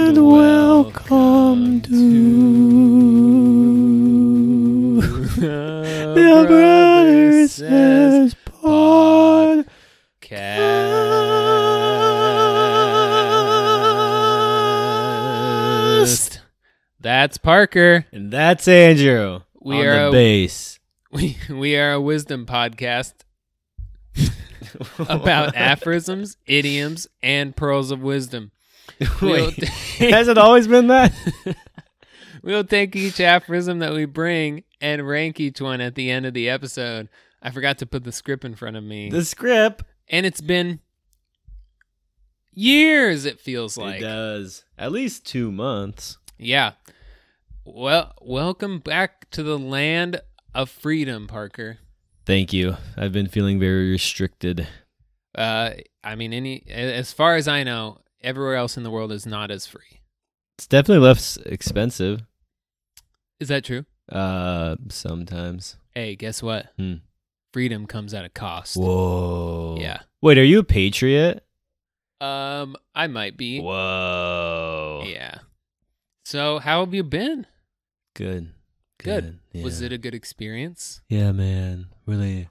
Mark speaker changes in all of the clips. Speaker 1: That's Parker.
Speaker 2: And that's Andrew.
Speaker 1: We
Speaker 2: on
Speaker 1: are-
Speaker 2: the base.
Speaker 1: We we are a wisdom podcast about aphorisms, idioms, and pearls of wisdom. We'll,
Speaker 2: Wait,
Speaker 1: ta-
Speaker 2: has it always been that?
Speaker 1: we'll take each aphorism that we bring and rank each one at the end of the episode. I forgot to put the script in front of me.
Speaker 2: the script.
Speaker 1: and it's been years it feels like.
Speaker 2: it does. At least two months.
Speaker 1: Yeah. Well, welcome back to the land of freedom, Parker.
Speaker 2: Thank you. I've been feeling very restricted.
Speaker 1: Uh, I mean, any a- as far as I know, everywhere else in the world is not as free.
Speaker 2: It's definitely less expensive.
Speaker 1: Is that true?
Speaker 2: Uh, sometimes.
Speaker 1: Hey, guess what?
Speaker 2: Hmm.
Speaker 1: Freedom comes at a cost.
Speaker 2: Whoa.
Speaker 1: Yeah.
Speaker 2: Wait, are you a patriot?
Speaker 1: Um, I might be.
Speaker 2: Whoa.
Speaker 1: Yeah. So, how have you been?
Speaker 2: Good.
Speaker 1: Good. Was
Speaker 2: Yeah.
Speaker 1: it a good experience?
Speaker 2: Yeah, man. Really,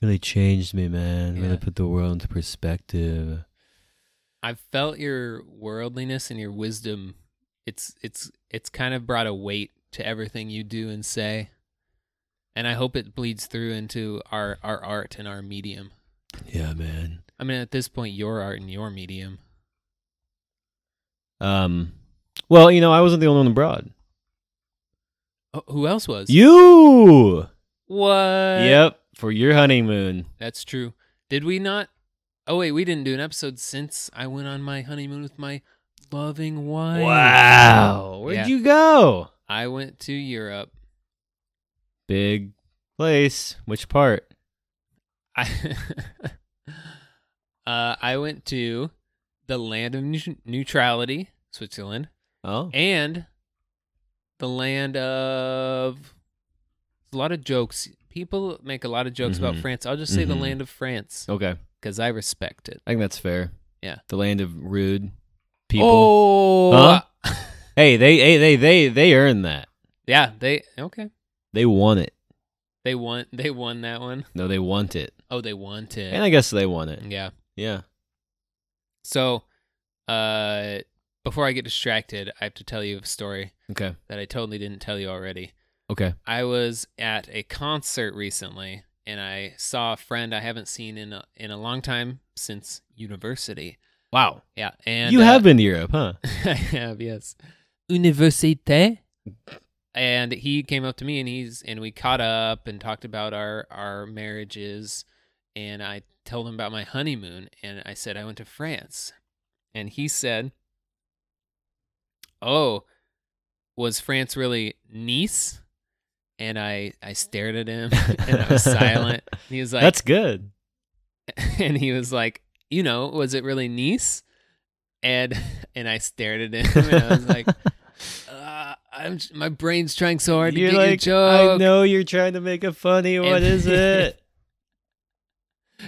Speaker 2: really changed me, man.
Speaker 1: Yeah.
Speaker 2: Really put the world into perspective.
Speaker 1: I felt your worldliness and your wisdom. It's it's it's kind of brought a weight to everything you do and say. And I hope it bleeds through into our our art and our medium.
Speaker 2: Yeah, man.
Speaker 1: I mean, at this point, your art and your medium.
Speaker 2: Um, well, you know, I wasn't the only one abroad.
Speaker 1: Oh, who else was?
Speaker 2: You.
Speaker 1: What?
Speaker 2: yep. For your honeymoon.
Speaker 1: That's true. Did we not? Oh wait, we didn't do an episode since I went on my honeymoon with my loving wife.
Speaker 2: Wow. Where'd
Speaker 1: Yeah.
Speaker 2: you go?
Speaker 1: I went to Europe.
Speaker 2: Big place. Which part?
Speaker 1: I uh, I went to the land of neut- neutrality, Switzerland,
Speaker 2: Oh.
Speaker 1: and the land of a lot of jokes. People make a lot of jokes about
Speaker 2: Mhm.
Speaker 1: France. I'll just say the
Speaker 2: Mhm.
Speaker 1: land of France
Speaker 2: Okay.
Speaker 1: because I respect it.
Speaker 2: I think that's fair.
Speaker 1: Yeah.
Speaker 2: The land of rude people.
Speaker 1: Oh,
Speaker 2: Huh? Hey, they, hey, they, they, they earned that.
Speaker 1: yeah. They okay.
Speaker 2: They want it.
Speaker 1: They won. They won that one.
Speaker 2: No, they want it.
Speaker 1: Oh, they won to.
Speaker 2: And I guess they want it.
Speaker 1: yeah.
Speaker 2: Yeah.
Speaker 1: So, uh, before I get distracted, I have to tell you a story
Speaker 2: Okay.
Speaker 1: that I totally didn't tell you already.
Speaker 2: Okay.
Speaker 1: I was at a concert recently and I saw a friend I haven't seen in a, in a long time since university.
Speaker 2: Wow.
Speaker 1: Yeah, and
Speaker 2: you
Speaker 1: uh,
Speaker 2: have been to Europe, huh?
Speaker 1: I have, yes. Université. And he came up to me and he's and we caught up and talked about our our marriages and I told him about my honeymoon and I said I went to France. And he said, "Oh, was France really Nice?" And I I stared at him and I was silent. And he was like,
Speaker 2: That's good.
Speaker 1: and he was like, "You know, was it really Nice?" And and I stared at him and I was like, uh, "I'm j- my brain's trying so hard
Speaker 2: You're
Speaker 1: to get
Speaker 2: like,
Speaker 1: your
Speaker 2: I
Speaker 1: joke."
Speaker 2: know you're trying to make it funny. What
Speaker 1: And-
Speaker 2: is it?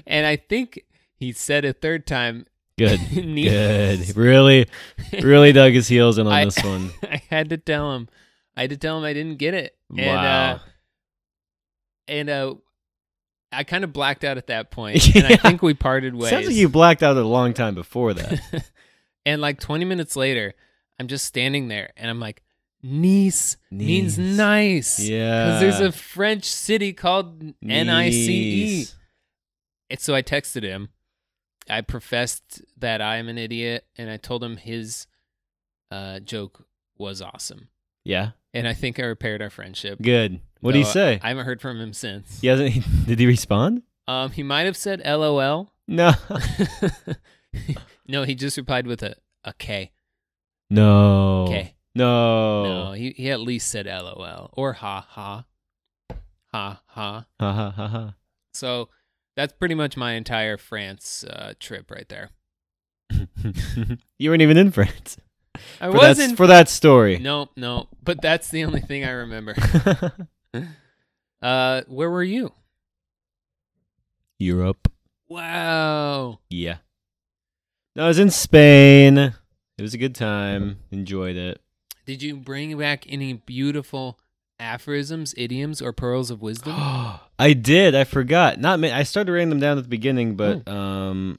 Speaker 1: and I think he said a third time,
Speaker 2: Good.
Speaker 1: Nice.
Speaker 2: Good. Really, really dug his heels in on
Speaker 1: I-
Speaker 2: this one.
Speaker 1: I had to tell him. I had to tell him I didn't get it. And
Speaker 2: wow.
Speaker 1: uh and uh I kind of blacked out at that point, and I
Speaker 2: Yeah.
Speaker 1: think we parted ways.
Speaker 2: Sounds like you blacked out a long time before that.
Speaker 1: and like 20 minutes later, I'm just standing there and I'm like, nice, means
Speaker 2: Nice.
Speaker 1: nice.
Speaker 2: yeah.
Speaker 1: Because there's a French city called N I C E.
Speaker 2: Nice.
Speaker 1: And so I texted him. I professed that I'm an idiot and I told him his uh, joke was awesome.
Speaker 2: Yeah.
Speaker 1: And I think I repaired our friendship.
Speaker 2: Good. What do you
Speaker 1: Though
Speaker 2: say?
Speaker 1: I haven't heard from him since.
Speaker 2: he hasn't. did he respond?
Speaker 1: Um, he might have said LOL.
Speaker 2: No.
Speaker 1: no, he just replied with a, a K.
Speaker 2: No.
Speaker 1: K.
Speaker 2: No.
Speaker 1: No, he, he at least said LOL or ha ha. Ha ha.
Speaker 2: Ha ha ha ha.
Speaker 1: So that's pretty much my entire France uh, trip right there.
Speaker 2: you weren't even in France.
Speaker 1: I
Speaker 2: for that,
Speaker 1: wasn't.
Speaker 2: for that story.
Speaker 1: No, no. But that's the only thing I remember. Uh, where were you?
Speaker 2: Europe.
Speaker 1: Wow.
Speaker 2: Yeah. No, I was in Spain. It was a good time. Enjoyed it.
Speaker 1: Did you bring back any beautiful aphorisms, idioms, or pearls of wisdom?
Speaker 2: I did. I
Speaker 1: Hmm.
Speaker 2: forgot. Not. ma- I started writing them down at the beginning, but um,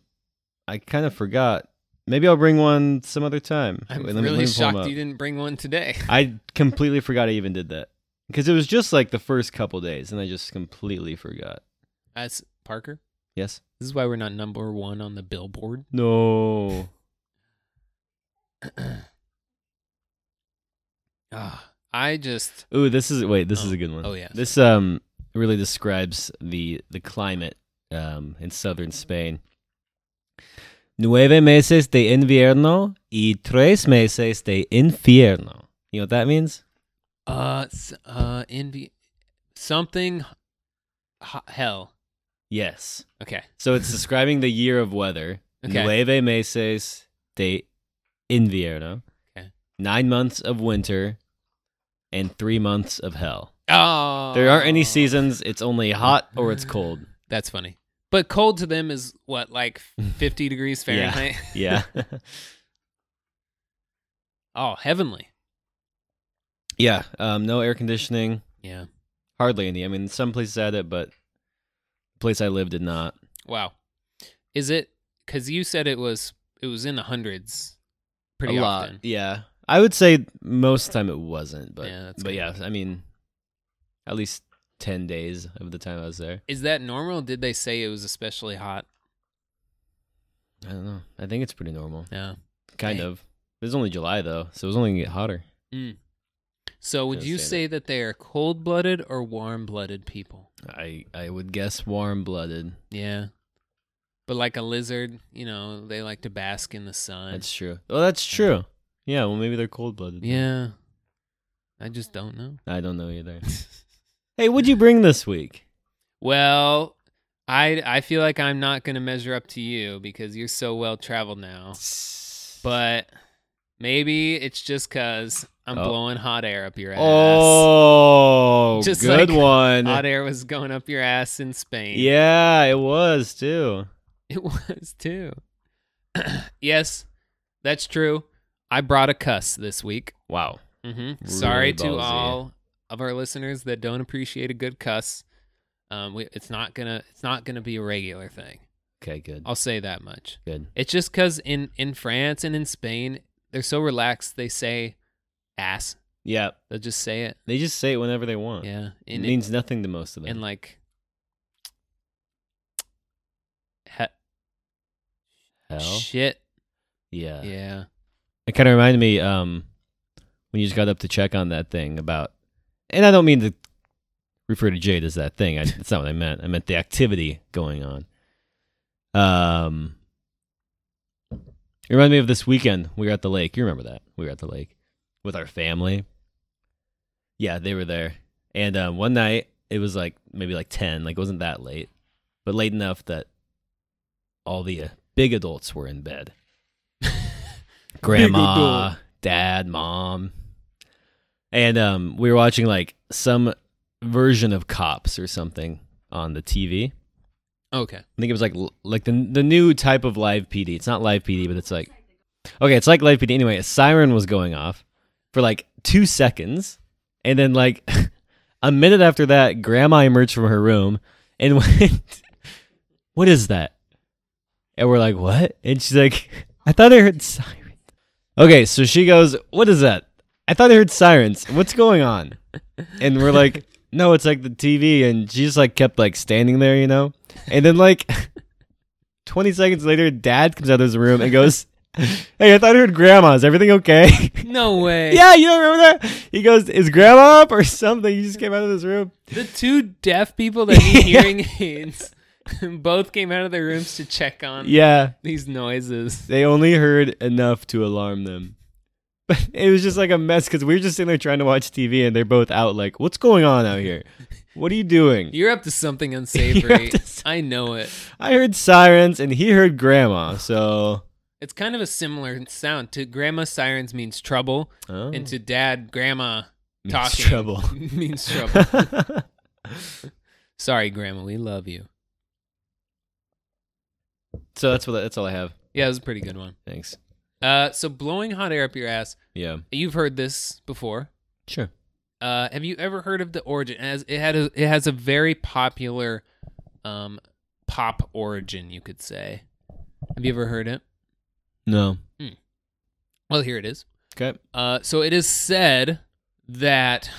Speaker 2: I kind of forgot. Maybe I'll bring one some other time.
Speaker 1: I'm
Speaker 2: Wait, let me- let me
Speaker 1: really
Speaker 2: pull 'em
Speaker 1: shocked
Speaker 2: up.
Speaker 1: you didn't bring one today.
Speaker 2: I completely forgot I even did that because it was just like the first couple days, and I just completely forgot.
Speaker 1: As Parker,
Speaker 2: Yes.
Speaker 1: this is why we're not number one on the billboard.
Speaker 2: No.
Speaker 1: Ah, I just
Speaker 2: Ooh, this is wait. This
Speaker 1: Oh.
Speaker 2: is a good one.
Speaker 1: Oh, yes.
Speaker 2: This um really describes the the climate um in southern Spain. Nueve meses de invierno y tres meses de infierno. You know what that means?
Speaker 1: uh s- uh envy something ho- hell.
Speaker 2: Yes.
Speaker 1: Okay.
Speaker 2: So it's describing the year of weather.
Speaker 1: Okay.
Speaker 2: Nueve meses de invierno.
Speaker 1: Okay.
Speaker 2: Nine months of winter, and three months of hell.
Speaker 1: Oh.
Speaker 2: There aren't any seasons. It's only hot or it's cold.
Speaker 1: That's funny. But cold to them is what like 50 degrees Fahrenheit.
Speaker 2: Yeah.
Speaker 1: Oh, heavenly.
Speaker 2: Yeah, um, no air conditioning,
Speaker 1: Yeah.
Speaker 2: hardly any. I mean, some places had it, but the place I lived did not.
Speaker 1: Wow. Is it cuz you said it was it was in the hundreds pretty
Speaker 2: a lot.
Speaker 1: often.
Speaker 2: Yeah, I would say most of the time it wasn't, but
Speaker 1: Yeah, that's
Speaker 2: but
Speaker 1: good.
Speaker 2: yeah, I mean, at least ten days of the time I was there.
Speaker 1: Is that normal? Did they say it was especially hot?
Speaker 2: I don't know. I think it's pretty normal,
Speaker 1: Yeah.
Speaker 2: kind
Speaker 1: Dang.
Speaker 2: of. It was only July though, so it was only gonna get hotter.
Speaker 1: So would
Speaker 2: Does
Speaker 1: you
Speaker 2: say that.
Speaker 1: say that they are cold-blooded or warm-blooded people?
Speaker 2: I I would guess warm blooded.
Speaker 1: Yeah. But like a lizard, you know, they like to bask in the sun.
Speaker 2: That's true. Oh, that's true. Yeah. Well, maybe they're cold blooded.
Speaker 1: yeah. I just don't know.
Speaker 2: I don't know either. hey, what'd you bring this week?
Speaker 1: Well, I I feel like I'm not going to measure up to you because you're so well traveled now. But maybe it's just cuz I'm
Speaker 2: Oh.
Speaker 1: blowing hot air up your ass.
Speaker 2: Oh,
Speaker 1: Just
Speaker 2: good
Speaker 1: like
Speaker 2: one.
Speaker 1: Hot air was going up your ass in Spain.
Speaker 2: Yeah, it was too.
Speaker 1: It was too. yes, that's true. I brought a cuss this week.
Speaker 2: Wow.
Speaker 1: hmm
Speaker 2: Really
Speaker 1: Sorry to
Speaker 2: ballsy.
Speaker 1: all of our listeners that don't appreciate a good cuss. Um, we, it's not gonna it's not gonna be a regular thing.
Speaker 2: Okay, good.
Speaker 1: I'll say that much.
Speaker 2: Good.
Speaker 1: It's just because in in France and in Spain they're so relaxed they say ass.
Speaker 2: Yeah,
Speaker 1: They'll just say it.
Speaker 2: they just say it whenever they want.
Speaker 1: Yeah,
Speaker 2: It
Speaker 1: and
Speaker 2: means nothing to most of them.
Speaker 1: and like. He-
Speaker 2: Hell. Uh.
Speaker 1: shit.
Speaker 2: Yeah.
Speaker 1: Yeah.
Speaker 2: It kind of reminded me um when you just got up to check on that thing about and I don't mean to refer to Jade as that thing. I, that's not what I meant. I meant the activity going on. Um It reminded me of this weekend we were at the lake. You remember that? We were at the lake with our family. Yeah, they were there. And um, one night it was like maybe like 10, like it wasn't that late, but late enough that all the uh, big adults were in bed. Grandma, dad, mom. And um, we were watching like some version of Cops or something on the TV.
Speaker 1: Okay.
Speaker 2: I think it was like like the the new type of live PD. It's not live PD, but it's like okay, it's like live PD. Anyway, a siren was going off for like two seconds, and then like a minute after that, Grandma emerged from her room and went, "What is that?" And we're like, "What?" And she's like, "I thought I heard siren." Okay, so she goes, "What is that?" I thought I heard sirens. What's going on? And we're like, "No, it's like the TV." And she just like kept like standing there, you know. And then like 20 seconds later, dad comes out of his room and goes, Hey, I thought I heard grandma. Is everything okay?
Speaker 1: No way.
Speaker 2: yeah, you don't remember that? He goes, Is grandma up or something? He just came out of his room.
Speaker 1: The two deaf people that need hearing aids both came out of their rooms to check on
Speaker 2: Yeah.
Speaker 1: these noises.
Speaker 2: They only heard enough to alarm them. But it was just like a mess because we were just sitting there trying to watch TV and they're both out like, What's going on out here? What are you doing?
Speaker 1: You're up to something
Speaker 2: You're
Speaker 1: unsavory.
Speaker 2: up to some-
Speaker 1: I know it.
Speaker 2: I heard sirens and he heard grandma. So.
Speaker 1: It's kind of a similar sound. To grandma sirens means trouble,
Speaker 2: Oh.
Speaker 1: and to dad grandma
Speaker 2: Means
Speaker 1: talking
Speaker 2: trouble.
Speaker 1: means trouble. Sorry, grandma, we love you.
Speaker 2: so that's what that's all I have.
Speaker 1: Yeah, it was a pretty good one.
Speaker 2: Thanks.
Speaker 1: Uh, so blowing hot air up your ass.
Speaker 2: Yeah.
Speaker 1: You've heard this before.
Speaker 2: Sure.
Speaker 1: Uh, have you ever heard of the origin? As it had, a, it has a very popular, um, pop origin. You could say. Have you ever heard it?
Speaker 2: No.
Speaker 1: Well, here it is.
Speaker 2: Okay.
Speaker 1: Uh, so it is said that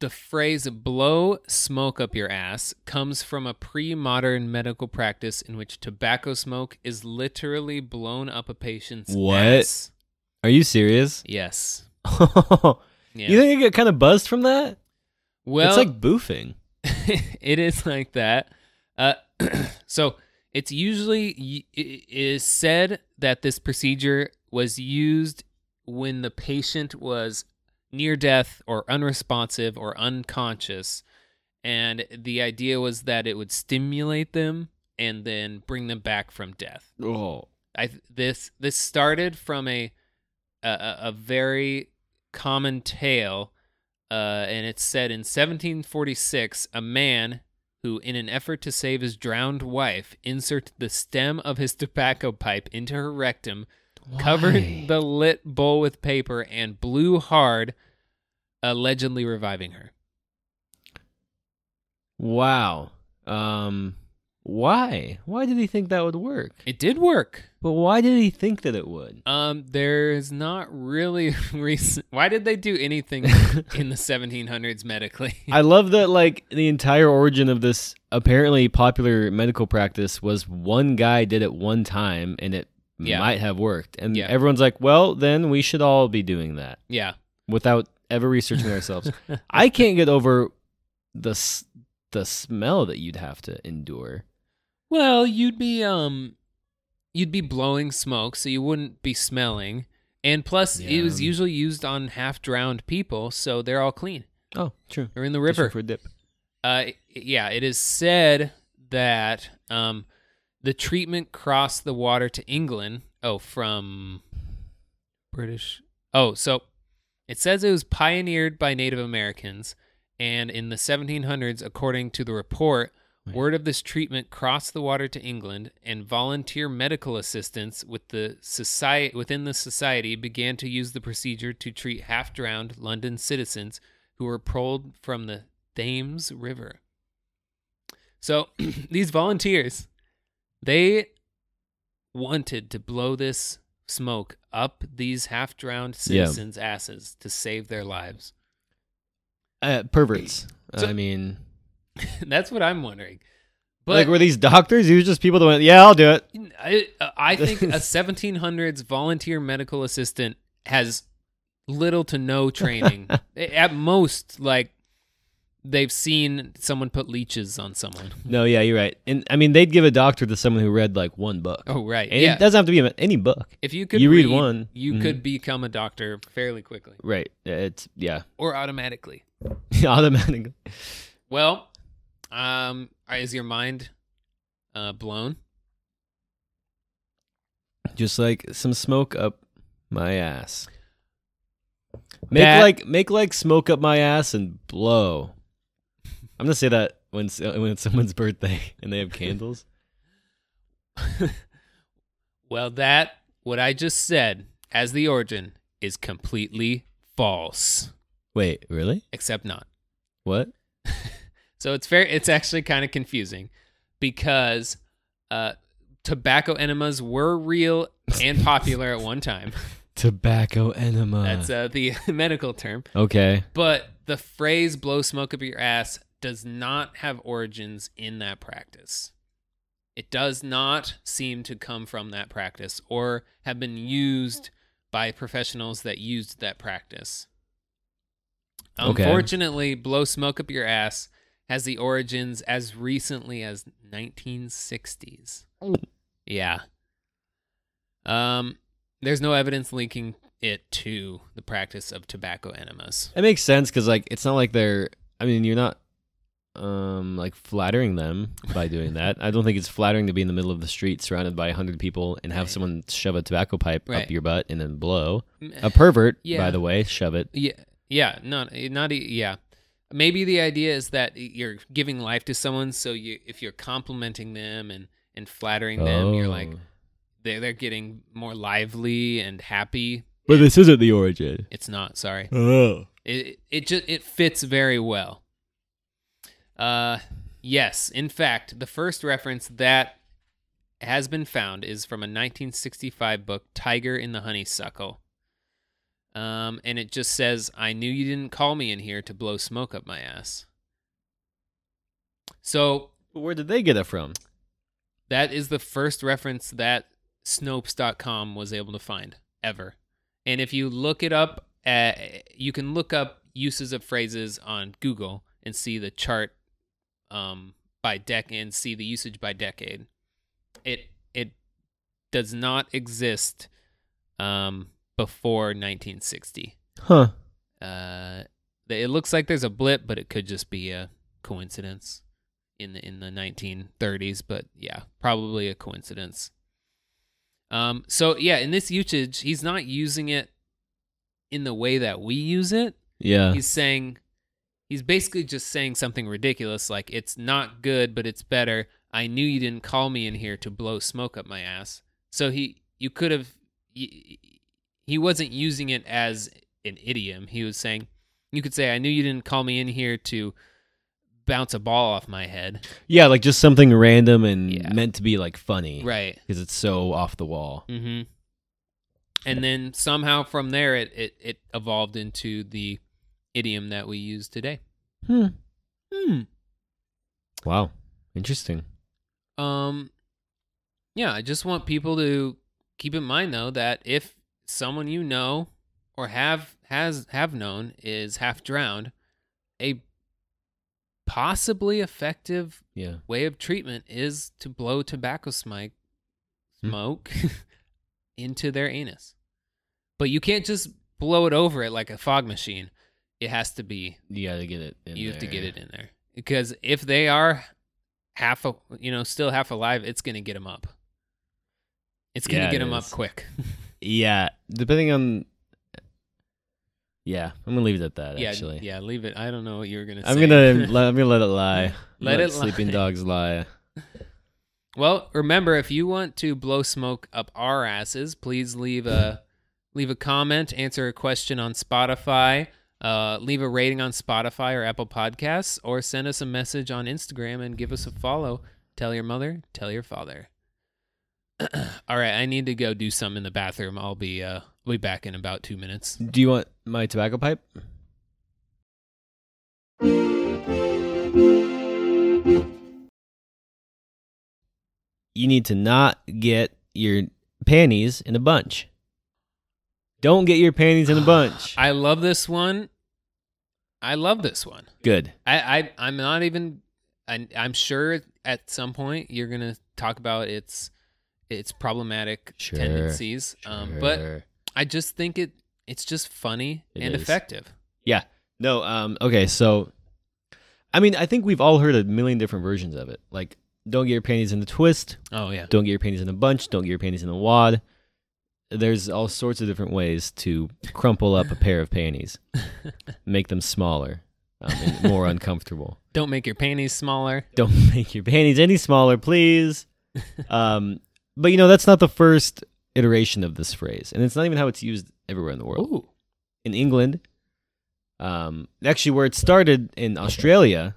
Speaker 1: the phrase blow smoke up your ass comes from a pre modern medical practice in which tobacco smoke is literally blown up a patient's
Speaker 2: What?
Speaker 1: ass.
Speaker 2: Are you serious?
Speaker 1: Yes. Yeah.
Speaker 2: You think I get kind of buzzed from that?
Speaker 1: well,
Speaker 2: it's like boofing.
Speaker 1: it is like that. Uh, so it's usually y- it is said that this procedure was used when the patient was near death or unresponsive or unconscious, and the idea was that it would stimulate them and then bring them back from death.
Speaker 2: Oh.
Speaker 1: I this this started from a a- a, a very common tale, uh, and it's said in 1746 a man who, in an effort to save his drowned wife, inserted the stem of his tobacco pipe into her rectum, covered the lit bowl with paper, and blew hard, allegedly reviving her.
Speaker 2: Wow. Um why? Why did he think that would work?
Speaker 1: It did work.
Speaker 2: But why did he think that it would?
Speaker 1: Um, there's not really reason. Why did they do anything in the 1700s medically?
Speaker 2: I love that like the entire origin of this apparently popular medical practice was one guy did it one time and it
Speaker 1: Yeah.
Speaker 2: might have worked. And
Speaker 1: Yeah.
Speaker 2: everyone's like, "Well, then we should all be doing that."
Speaker 1: yeah.
Speaker 2: without ever researching ourselves. I can't get over the s- the smell that you'd have to endure.
Speaker 1: Well, you'd be um you'd be blowing smoke, so you wouldn't be smelling. And plus it was
Speaker 2: Yeah.
Speaker 1: usually used on half drowned people, so they're all clean.
Speaker 2: Oh, true.
Speaker 1: They're in the river.
Speaker 2: for a dip.
Speaker 1: Uh yeah, it is said that um the treatment crossed the water to England. Oh, from British. Oh, so it says it was pioneered by Native Americans and in the 1700s according to the report
Speaker 2: Right.
Speaker 1: Word of this treatment crossed the water to England, and volunteer medical assistants with the society within the society began to use the procedure to treat half-drowned London citizens who were pulled from the Thames River. So these volunteers, they wanted to blow this smoke up these half-drowned
Speaker 2: Yeah.
Speaker 1: citizens' asses to save their lives.
Speaker 2: Uh, perverts.
Speaker 1: So-
Speaker 2: I mean,
Speaker 1: That's what I'm wondering.
Speaker 2: like were these doctors? These were just people that went, "Yeah, I'll do it."
Speaker 1: I, I think a 1700s volunteer medical assistant has little to no training. At most, like they've seen someone put leeches on someone.
Speaker 2: No, yeah, you're right. And I mean, they'd give a doctor to someone who read like one book.
Speaker 1: Oh, right.
Speaker 2: And
Speaker 1: yeah.
Speaker 2: it doesn't have to be any book.
Speaker 1: if you could
Speaker 2: you read one,
Speaker 1: you
Speaker 2: mhm.
Speaker 1: could become a doctor fairly quickly
Speaker 2: Right. It's yeah,
Speaker 1: or automatically.
Speaker 2: automatically.
Speaker 1: Well, um, is your mind uh, blown?
Speaker 2: Just like some smoke up my ass. Make
Speaker 1: That-
Speaker 2: like make like smoke up my ass and blow. I'm gonna say that when s- uh, when it's someone's birthday and they have candles.
Speaker 1: Well, that what I just said as the origin is completely false.
Speaker 2: Wait, really?
Speaker 1: Except not.
Speaker 2: What?
Speaker 1: So it's fair. It's actually kind of confusing because uh, tobacco enemas were real and popular at one time.
Speaker 2: Tobacco enema.
Speaker 1: That's uh, the medical term.
Speaker 2: okay.
Speaker 1: But the phrase "blow smoke up your ass" does not have origins in that practice. It does not seem to come from that practice or have been used by professionals that used that practice.
Speaker 2: Okay.
Speaker 1: Unfortunately, blow smoke up your ass has the origins as recently as 1960s. Yeah. Um there's no evidence linking it to the practice of tobacco enemas.
Speaker 2: It makes sense because like it's not like they're. I mean, you're not um like flattering them by doing that. I don't think it's flattering to be in the middle of the street surrounded by hundred people and have
Speaker 1: Right.
Speaker 2: someone shove a tobacco pipe
Speaker 1: Right.
Speaker 2: up your butt and then blow. A pervert,
Speaker 1: Yeah.
Speaker 2: by the way, shove it.
Speaker 1: Yeah, yeah, not not e- yeah. Maybe the idea is that you're giving life to someone, so you if you're complimenting them and and flattering them, you're like
Speaker 2: Oh.
Speaker 1: they're they're getting more lively and happy.
Speaker 2: But this isn't the origin.
Speaker 1: It's not sorry.
Speaker 2: Oh.
Speaker 1: It it just it fits very well. Uh, yes, in fact, the first reference that has been found is from a 1965 book, Tiger in the Honeysuckle. Um, and it just says, I knew you didn't call me in here to blow smoke up my ass. So
Speaker 2: Where did they get it from?
Speaker 1: that is the first reference that Snopes.com was able to find ever. And if you look it up, uh, you can look up uses of phrases on Google and see the chart um, by decade and see the usage by decade. It it does not exist um, before 1960.
Speaker 2: Huh.
Speaker 1: Uh, it looks like there's a blip, but it could just be a coincidence in the in the 1930s. But yeah, probably a coincidence. Um, so yeah, in this usage, he's not using it in the way that we use it.
Speaker 2: Yeah.
Speaker 1: He's saying, he's basically just saying something ridiculous like it's not good, but it's better. I knew you didn't call me in here to blow smoke up my ass. So he, you could have, he, he wasn't using it as an idiom. He was saying, you could say, I knew you didn't call me in here to bounce a ball off my head.
Speaker 2: Yeah, like just something random and
Speaker 1: Yeah.
Speaker 2: meant to be like funny.
Speaker 1: Right.
Speaker 2: Because it's so off the wall.
Speaker 1: Mm-hmm. And then somehow from there, it, it, it evolved into the idiom that we use today.
Speaker 2: Hmm.
Speaker 1: Hmm.
Speaker 2: Wow. Interesting.
Speaker 1: Um, yeah, I just want people to keep in mind though that if someone you know or have has have known is half drowned, a possibly effective
Speaker 2: Yeah.
Speaker 1: way of treatment is to blow tobacco smoke
Speaker 2: Hmm.
Speaker 1: smoke into their anus. But you can't just blow it over it like a fog machine. It has to be
Speaker 2: You got to get it in
Speaker 1: you have to
Speaker 2: there.
Speaker 1: get it in there because if they are half a, you know still half alive it's gonna get them up it's gonna
Speaker 2: Yeah,
Speaker 1: 'em get
Speaker 2: it
Speaker 1: them up
Speaker 2: is.
Speaker 1: quick
Speaker 2: Yeah. Depending on. Yeah. I'm going to leave it at that,
Speaker 1: yeah
Speaker 2: actually.
Speaker 1: yeah leave it i don't know what you were gonna
Speaker 2: I'm
Speaker 1: say.
Speaker 2: gonna let, I'm gonna let it lie.
Speaker 1: Let it
Speaker 2: sleeping
Speaker 1: lie.
Speaker 2: dogs lie.
Speaker 1: well remember if you want to blow smoke up our asses please leave a leave a comment answer a question on spotify uh, leave a rating on spotify or apple podcasts or send us a message on instagram and give us a follow tell your mother tell your father all right i need to go do something in the bathroom i'll be uh I'll be back in about two minutes
Speaker 2: Do you want my tobacco pipe? You need to not get your panties in a bunch. Don't get your panties in a bunch.
Speaker 1: i love this one i love this one
Speaker 2: Good.
Speaker 1: I, I I'm not even. I, I'm sure at some point you're gonna talk about its its problematic
Speaker 2: Sure,
Speaker 1: tendencies. Um, but
Speaker 2: Sure.
Speaker 1: I just think it it's just funny
Speaker 2: It
Speaker 1: and
Speaker 2: is.
Speaker 1: effective.
Speaker 2: No, um, okay, so I mean, I think we've all heard a million different versions of it. Like, don't get your panties in the twist,
Speaker 1: Oh yeah,
Speaker 2: don't get your panties in a bunch, don't get your panties in a wad. There's all sorts of different ways to crumple up a pair of panties, make them smaller, um, and more uncomfortable.
Speaker 1: don't make your panties smaller.
Speaker 2: Don't make your panties any smaller, please. Um, but you know, that's not the first iteration of this phrase, and it's not even how it's used everywhere in the world
Speaker 1: Ooh,
Speaker 2: in England. Um, actually, where it started in Australia,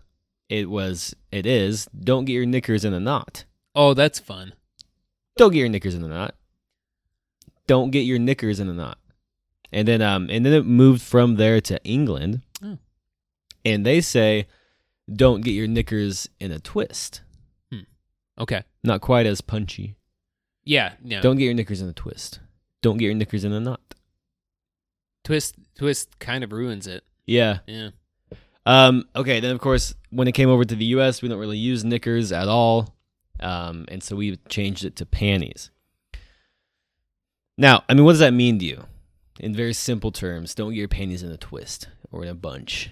Speaker 2: it was it is don't get your knickers in a knot.
Speaker 1: oh that's fun.
Speaker 2: Don't get your knickers in a knot. Don't get your knickers in a knot. And then um and then it moved from there to England,
Speaker 1: Oh.
Speaker 2: and they say don't get your knickers in a twist.
Speaker 1: Okay,
Speaker 2: Not quite as punchy.
Speaker 1: yeah, yeah.
Speaker 2: Don't get your knickers in a twist. Don't get your knickers in a knot.
Speaker 1: twist twist kind of ruins it.
Speaker 2: Yeah.
Speaker 1: Yeah,
Speaker 2: Um, okay, then of course, when it came over to the U.S., we don't really use knickers at all, um, and so we changed it to panties. Now, I mean, what does that mean to you? In very simple terms, don't get your panties in a twist or in a bunch.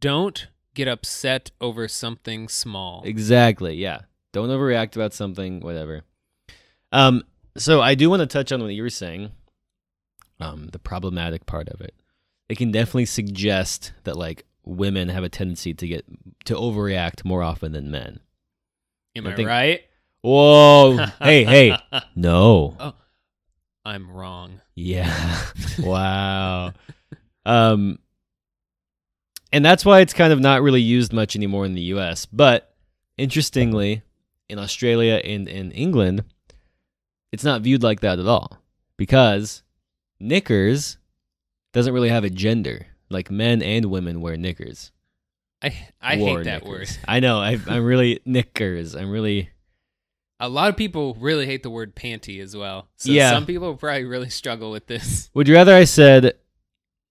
Speaker 1: don't get upset over something small.
Speaker 2: Exactly. Yeah. Don't overreact about something. Whatever. Um. So I do want to touch on what you were saying. Um. The problematic part of it. It can definitely suggest that like women have a tendency to get to overreact more often than men.
Speaker 1: Am
Speaker 2: I
Speaker 1: I
Speaker 2: think-
Speaker 1: right?
Speaker 2: Whoa. hey. Hey. No.
Speaker 1: I'm wrong.
Speaker 2: Yeah. wow. Um and that's why it's kind of not really used much anymore in the US. But interestingly, in Australia and in England, it's not viewed like that at all because knickers doesn't really have a gender. Like men and women wear knickers.
Speaker 1: I I
Speaker 2: Wore
Speaker 1: hate that word.
Speaker 2: knickers. I know. I, I'm really knickers. I'm really
Speaker 1: A lot of people really hate the word panty as well. So
Speaker 2: Yeah.
Speaker 1: some people probably really struggle with this.
Speaker 2: Would you rather I said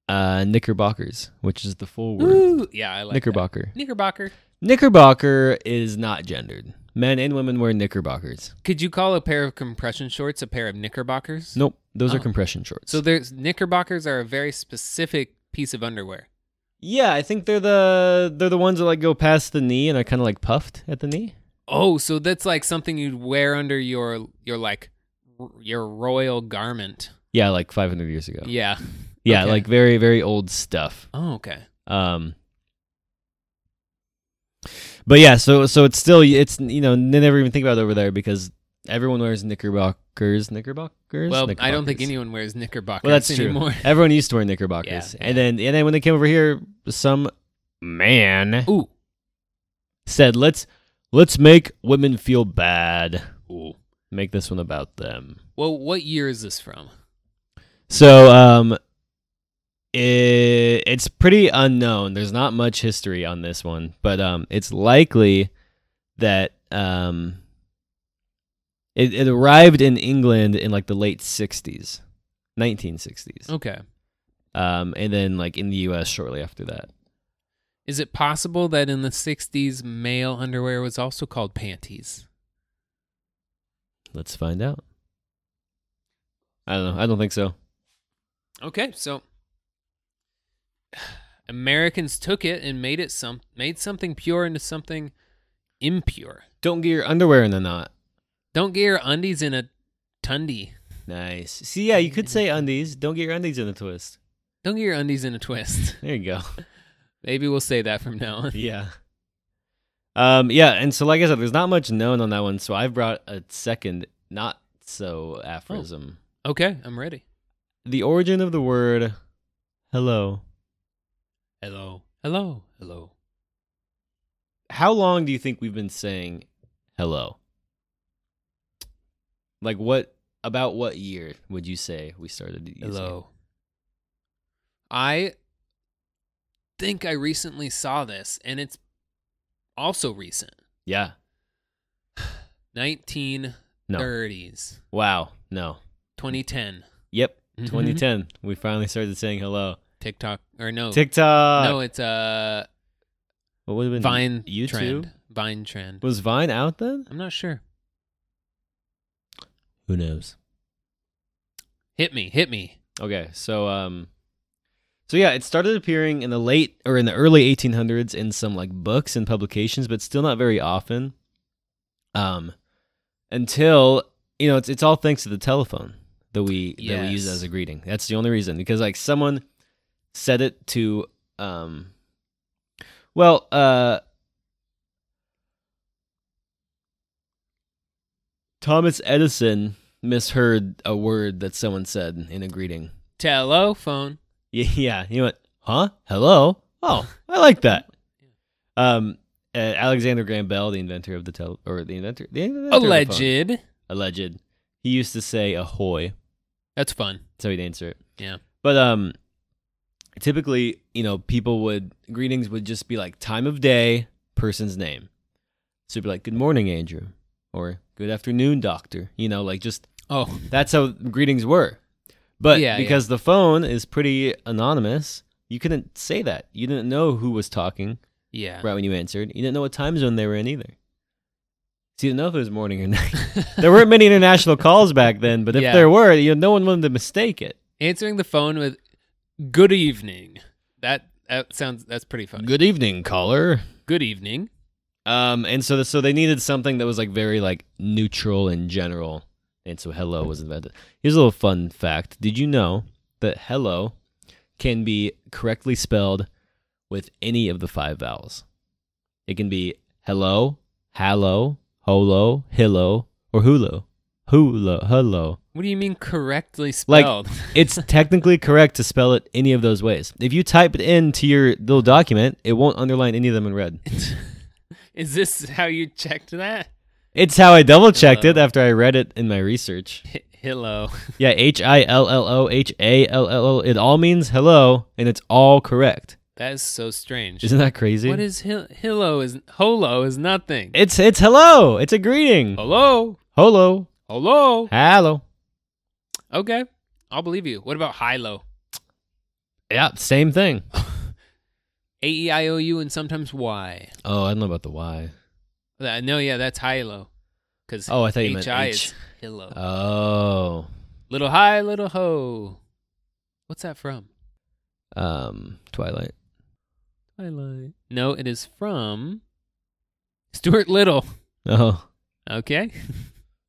Speaker 2: uh, knickerbockers, which is the full word?
Speaker 1: Ooh, yeah, I like
Speaker 2: Knickerbocker.
Speaker 1: That. Knickerbocker.
Speaker 2: Knickerbocker is not gendered. Men and women wear knickerbockers.
Speaker 1: Could you call a pair of compression shorts a pair of knickerbockers?
Speaker 2: Nope, those are
Speaker 1: Oh.
Speaker 2: compression shorts.
Speaker 1: So there's knickerbockers are a very specific piece of underwear.
Speaker 2: yeah, I think they're the they're the ones that like go past the knee and are kind of like puffed at the knee.
Speaker 1: Oh, so that's like something you'd wear under your your like r- your royal garment.
Speaker 2: Yeah, like 500 years ago. Yeah,
Speaker 1: Yeah. okay.
Speaker 2: like very very old stuff.
Speaker 1: Oh, okay.
Speaker 2: Um, but yeah, so so it's still it's you know they never even think about it over there because everyone wears knickerbockers, knickerbockers.
Speaker 1: Well, I don't think
Speaker 2: Knickerbockers.
Speaker 1: anyone wears knickerbockers
Speaker 2: Well, that's
Speaker 1: anymore.
Speaker 2: true. Everyone used to wear knickerbockers,
Speaker 1: Yeah,
Speaker 2: and then and then when they came over here, some man
Speaker 1: Ooh.
Speaker 2: said, "Let's let's make women feel bad.
Speaker 1: Ooh.
Speaker 2: Make this one about them."
Speaker 1: Well, what year is this from?
Speaker 2: So, um, it, it's pretty unknown. There's not much history on this one, but um, it's likely that um, it, it arrived in England in like the late '60s, 1960s.
Speaker 1: Okay.
Speaker 2: um, and then like in the U.S. shortly after that.
Speaker 1: Is it possible that in the 60s male underwear was also called panties?
Speaker 2: Let's find out. I don't know. I don't think so.
Speaker 1: Okay, so Americans took it and made it some made something pure into something impure.
Speaker 2: Don't get your underwear in the knot.
Speaker 1: Don't get your undies in a tundy.
Speaker 2: Nice. See, yeah, you could say undies. Don't get your undies in the twist.
Speaker 1: Don't get your undies in a twist.
Speaker 2: There you go.
Speaker 1: Maybe we'll say that from now on.
Speaker 2: yeah. Um. Yeah. And so, like I said, there's not much known on that one. So I've brought a second, not so aphorism.
Speaker 1: Okay, I'm ready.
Speaker 2: The origin of the word "hello."
Speaker 1: Hello. Hello. Hello.
Speaker 2: How long do you think we've been saying "hello"? Like what? About what year would you say we started? using it?
Speaker 1: Hello. I think I recently saw this and it's also recent.
Speaker 2: Yeah.
Speaker 1: 1930s.
Speaker 2: No. Wow. No.
Speaker 1: 2010.
Speaker 2: Yep.
Speaker 1: Mhm.
Speaker 2: 2010. We finally started saying hello.
Speaker 1: TikTok or no.
Speaker 2: TikTok.
Speaker 1: Oh. no, it's a
Speaker 2: what would have been
Speaker 1: Vine
Speaker 2: YouTube?
Speaker 1: trend. Vine trend.
Speaker 2: Was Vine out then?
Speaker 1: I'm not sure.
Speaker 2: Who knows?
Speaker 1: Hit me, hit me.
Speaker 2: Okay. So um so yeah, it started appearing in the late or in the early 1800s in some like books and publications, but still not very often. Um until, you know, it's it's all thanks to the telephone that we that we use
Speaker 1: Yes.
Speaker 2: as a greeting. That's the only reason because like someone said it to um well, uh Thomas Edison misheard a word that someone said in a greeting.
Speaker 1: Telephone.
Speaker 2: Yeah, yeah. He went, huh? Hello? Oh, I like that. Um, uh, Alexander Graham Bell, the inventor of the tele, or the inventor, the inventor of the phone.
Speaker 1: Alleged.
Speaker 2: alleged. He used to say ahoy,
Speaker 1: That's fun.
Speaker 2: so he'd answer it.
Speaker 1: Yeah.
Speaker 2: But um, typically, you know, people would greetings would just be like time of day, person's name. So it'd be like, good morning, Andrew, or good afternoon, doctor. You know, like just
Speaker 1: Oh,
Speaker 2: that's how greetings were. But
Speaker 1: Yeah,
Speaker 2: because the phone is pretty anonymous, you couldn't say that. You didn't know who was talking
Speaker 1: yeah.
Speaker 2: right when you answered. You didn't know what time zone they were in either. So you didn't know if it was morning or night. there weren't many international calls back then, but if
Speaker 1: Yeah.
Speaker 2: there were, you know, no one wanted to mistake it.
Speaker 1: Answering the phone with good evening. That that sounds that's pretty funny.
Speaker 2: Good evening, caller.
Speaker 1: Good evening.
Speaker 2: Um, and so so they needed something that was like very like neutral and general, and so hello was invented. Here's a little fun fact: Did you know that hello can be correctly spelled with any of the five vowels? It can be hello, hallo, holo, hillo, or hulo, hula, hello.
Speaker 1: What do you mean correctly
Speaker 2: Like-
Speaker 1: spelled?
Speaker 2: It's technically correct to spell it any of those ways. If you type it into your little document, it won't underline any of them in red.
Speaker 1: Is this how you checked that?
Speaker 2: It's how I double checked
Speaker 1: Uh.
Speaker 2: it after I read it in my research.
Speaker 1: Hi- Hello.
Speaker 2: Yeah, H I L L O H A L L O. It all means hello, and it's all correct.
Speaker 1: That is so strange.
Speaker 2: Isn't that crazy?
Speaker 1: What is hil- hello is holo is nothing.
Speaker 2: It's it's hello. It's a greeting.
Speaker 1: Oh. hello.
Speaker 2: Hello.
Speaker 1: Hello.
Speaker 2: Hello.
Speaker 1: Okay. I'll believe you. What about hilo?
Speaker 2: Yeah, same thing.
Speaker 1: A E I O U and sometimes Y.
Speaker 2: Oh, I don't know about the Y.
Speaker 1: Uh, No, yeah, that's hilo. Cuz
Speaker 2: Oh, I thought you meant
Speaker 1: HI
Speaker 2: H.
Speaker 1: is hello.
Speaker 2: Oh.
Speaker 1: little high, little ho. What's that from?
Speaker 2: Um, Twilight.
Speaker 1: Twilight. No, it is from Stuart Little.
Speaker 2: Oh.
Speaker 1: Okay.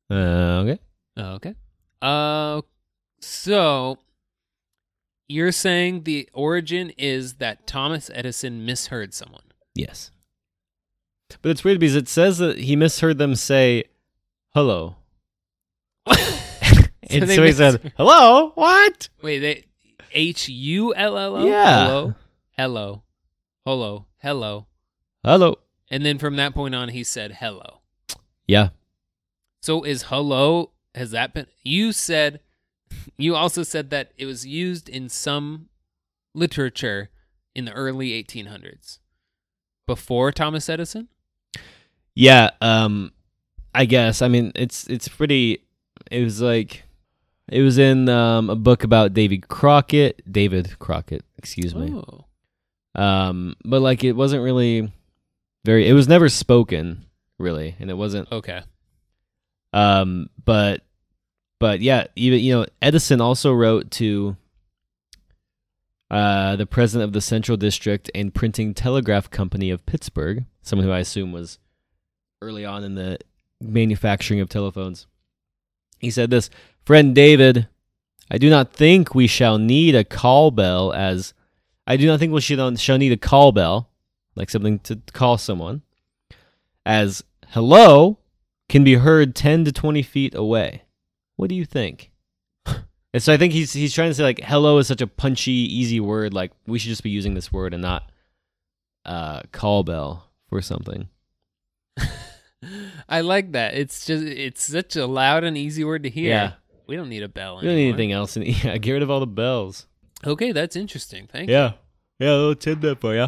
Speaker 2: Uh, okay.
Speaker 1: Okay. Uh, so you're saying the origin is that Thomas Edison misheard someone.
Speaker 2: Yes. But it's weird because it says that he misheard them say hello. and
Speaker 1: they
Speaker 2: so he
Speaker 1: mis-
Speaker 2: said, hello? What?
Speaker 1: Wait, they H U L L O.
Speaker 2: Yeah.
Speaker 1: Hello. Hello. Hello. Hello.
Speaker 2: Hello.
Speaker 1: And then from that point on, he said hello.
Speaker 2: Yeah.
Speaker 1: So is hello? Has that been? You said. You also said that it was used in some literature in the early 1800s, before Thomas Edison.
Speaker 2: Yeah, um I guess. I mean, it's it's pretty it was like it was in um a book about David Crockett, David Crockett, excuse me.
Speaker 1: Oh.
Speaker 2: Um but like it wasn't really very it was never spoken really and it wasn't
Speaker 1: Okay.
Speaker 2: Um, but but yeah, even you know Edison also wrote to uh, the president of the Central District and Printing Telegraph Company of Pittsburgh, someone who I assume was early on in the manufacturing of telephones. He said this, friend David, I do not think we shall need a call bell as I do not think we shall, shall need a call bell, like something to call someone, as hello can be heard 10 to 20 feet away. What do you think? and so I think he's he's trying to say like hello is such a punchy easy word like we should just be using this word and not uh call bell for something.
Speaker 1: I like that. It's just it's such a loud and easy word to hear.
Speaker 2: Yeah.
Speaker 1: We don't need a bell.
Speaker 2: We don't need
Speaker 1: anymore.
Speaker 2: anything else in yeah, get rid of all the bells.
Speaker 1: Okay, that's interesting. Thank you.
Speaker 2: Yeah. Yeah, a little tidbit for you.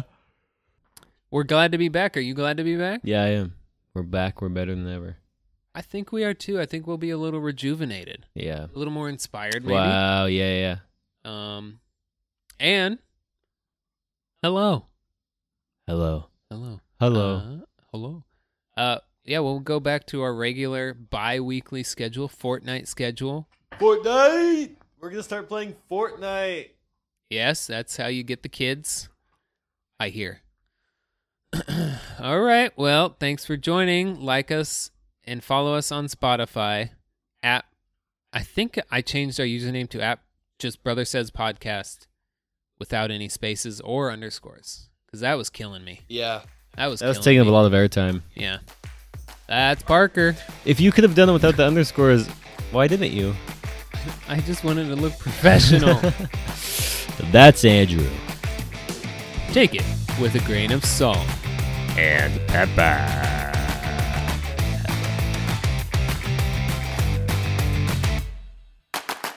Speaker 1: We're glad to be back. Are you glad to be back?
Speaker 2: Yeah, I am. We're back, we're better than ever.
Speaker 1: I think we are too. I think we'll be a little rejuvenated,
Speaker 2: Yeah.
Speaker 1: a little more inspired, maybe.
Speaker 2: Wow, yeah, yeah.
Speaker 1: Um, and hello,
Speaker 2: Hello.
Speaker 1: hello,
Speaker 2: Hello.
Speaker 1: Uh, hello. Uh, yeah, we'll go back to our regular bi-weekly schedule, fortnight schedule.
Speaker 2: Uh, Fortnite. We're going to start playing Fortnite.
Speaker 1: Yes, that's how you get the kids. I hear. All right. Well, thanks for joining. Like us and follow us on Spotify. App. I think I changed our username to app just brother says podcast without any spaces or underscores because that was killing me.
Speaker 2: Yeah.
Speaker 1: That was
Speaker 2: That was
Speaker 1: killing
Speaker 2: taking up
Speaker 1: me.
Speaker 2: a lot of airtime.
Speaker 1: Yeah. That's Parker.
Speaker 2: If you could have done it without the underscores, why didn't you?
Speaker 1: I just wanted to look professional.
Speaker 2: That's Andrew.
Speaker 1: Take it with a grain of salt.
Speaker 3: and pepper.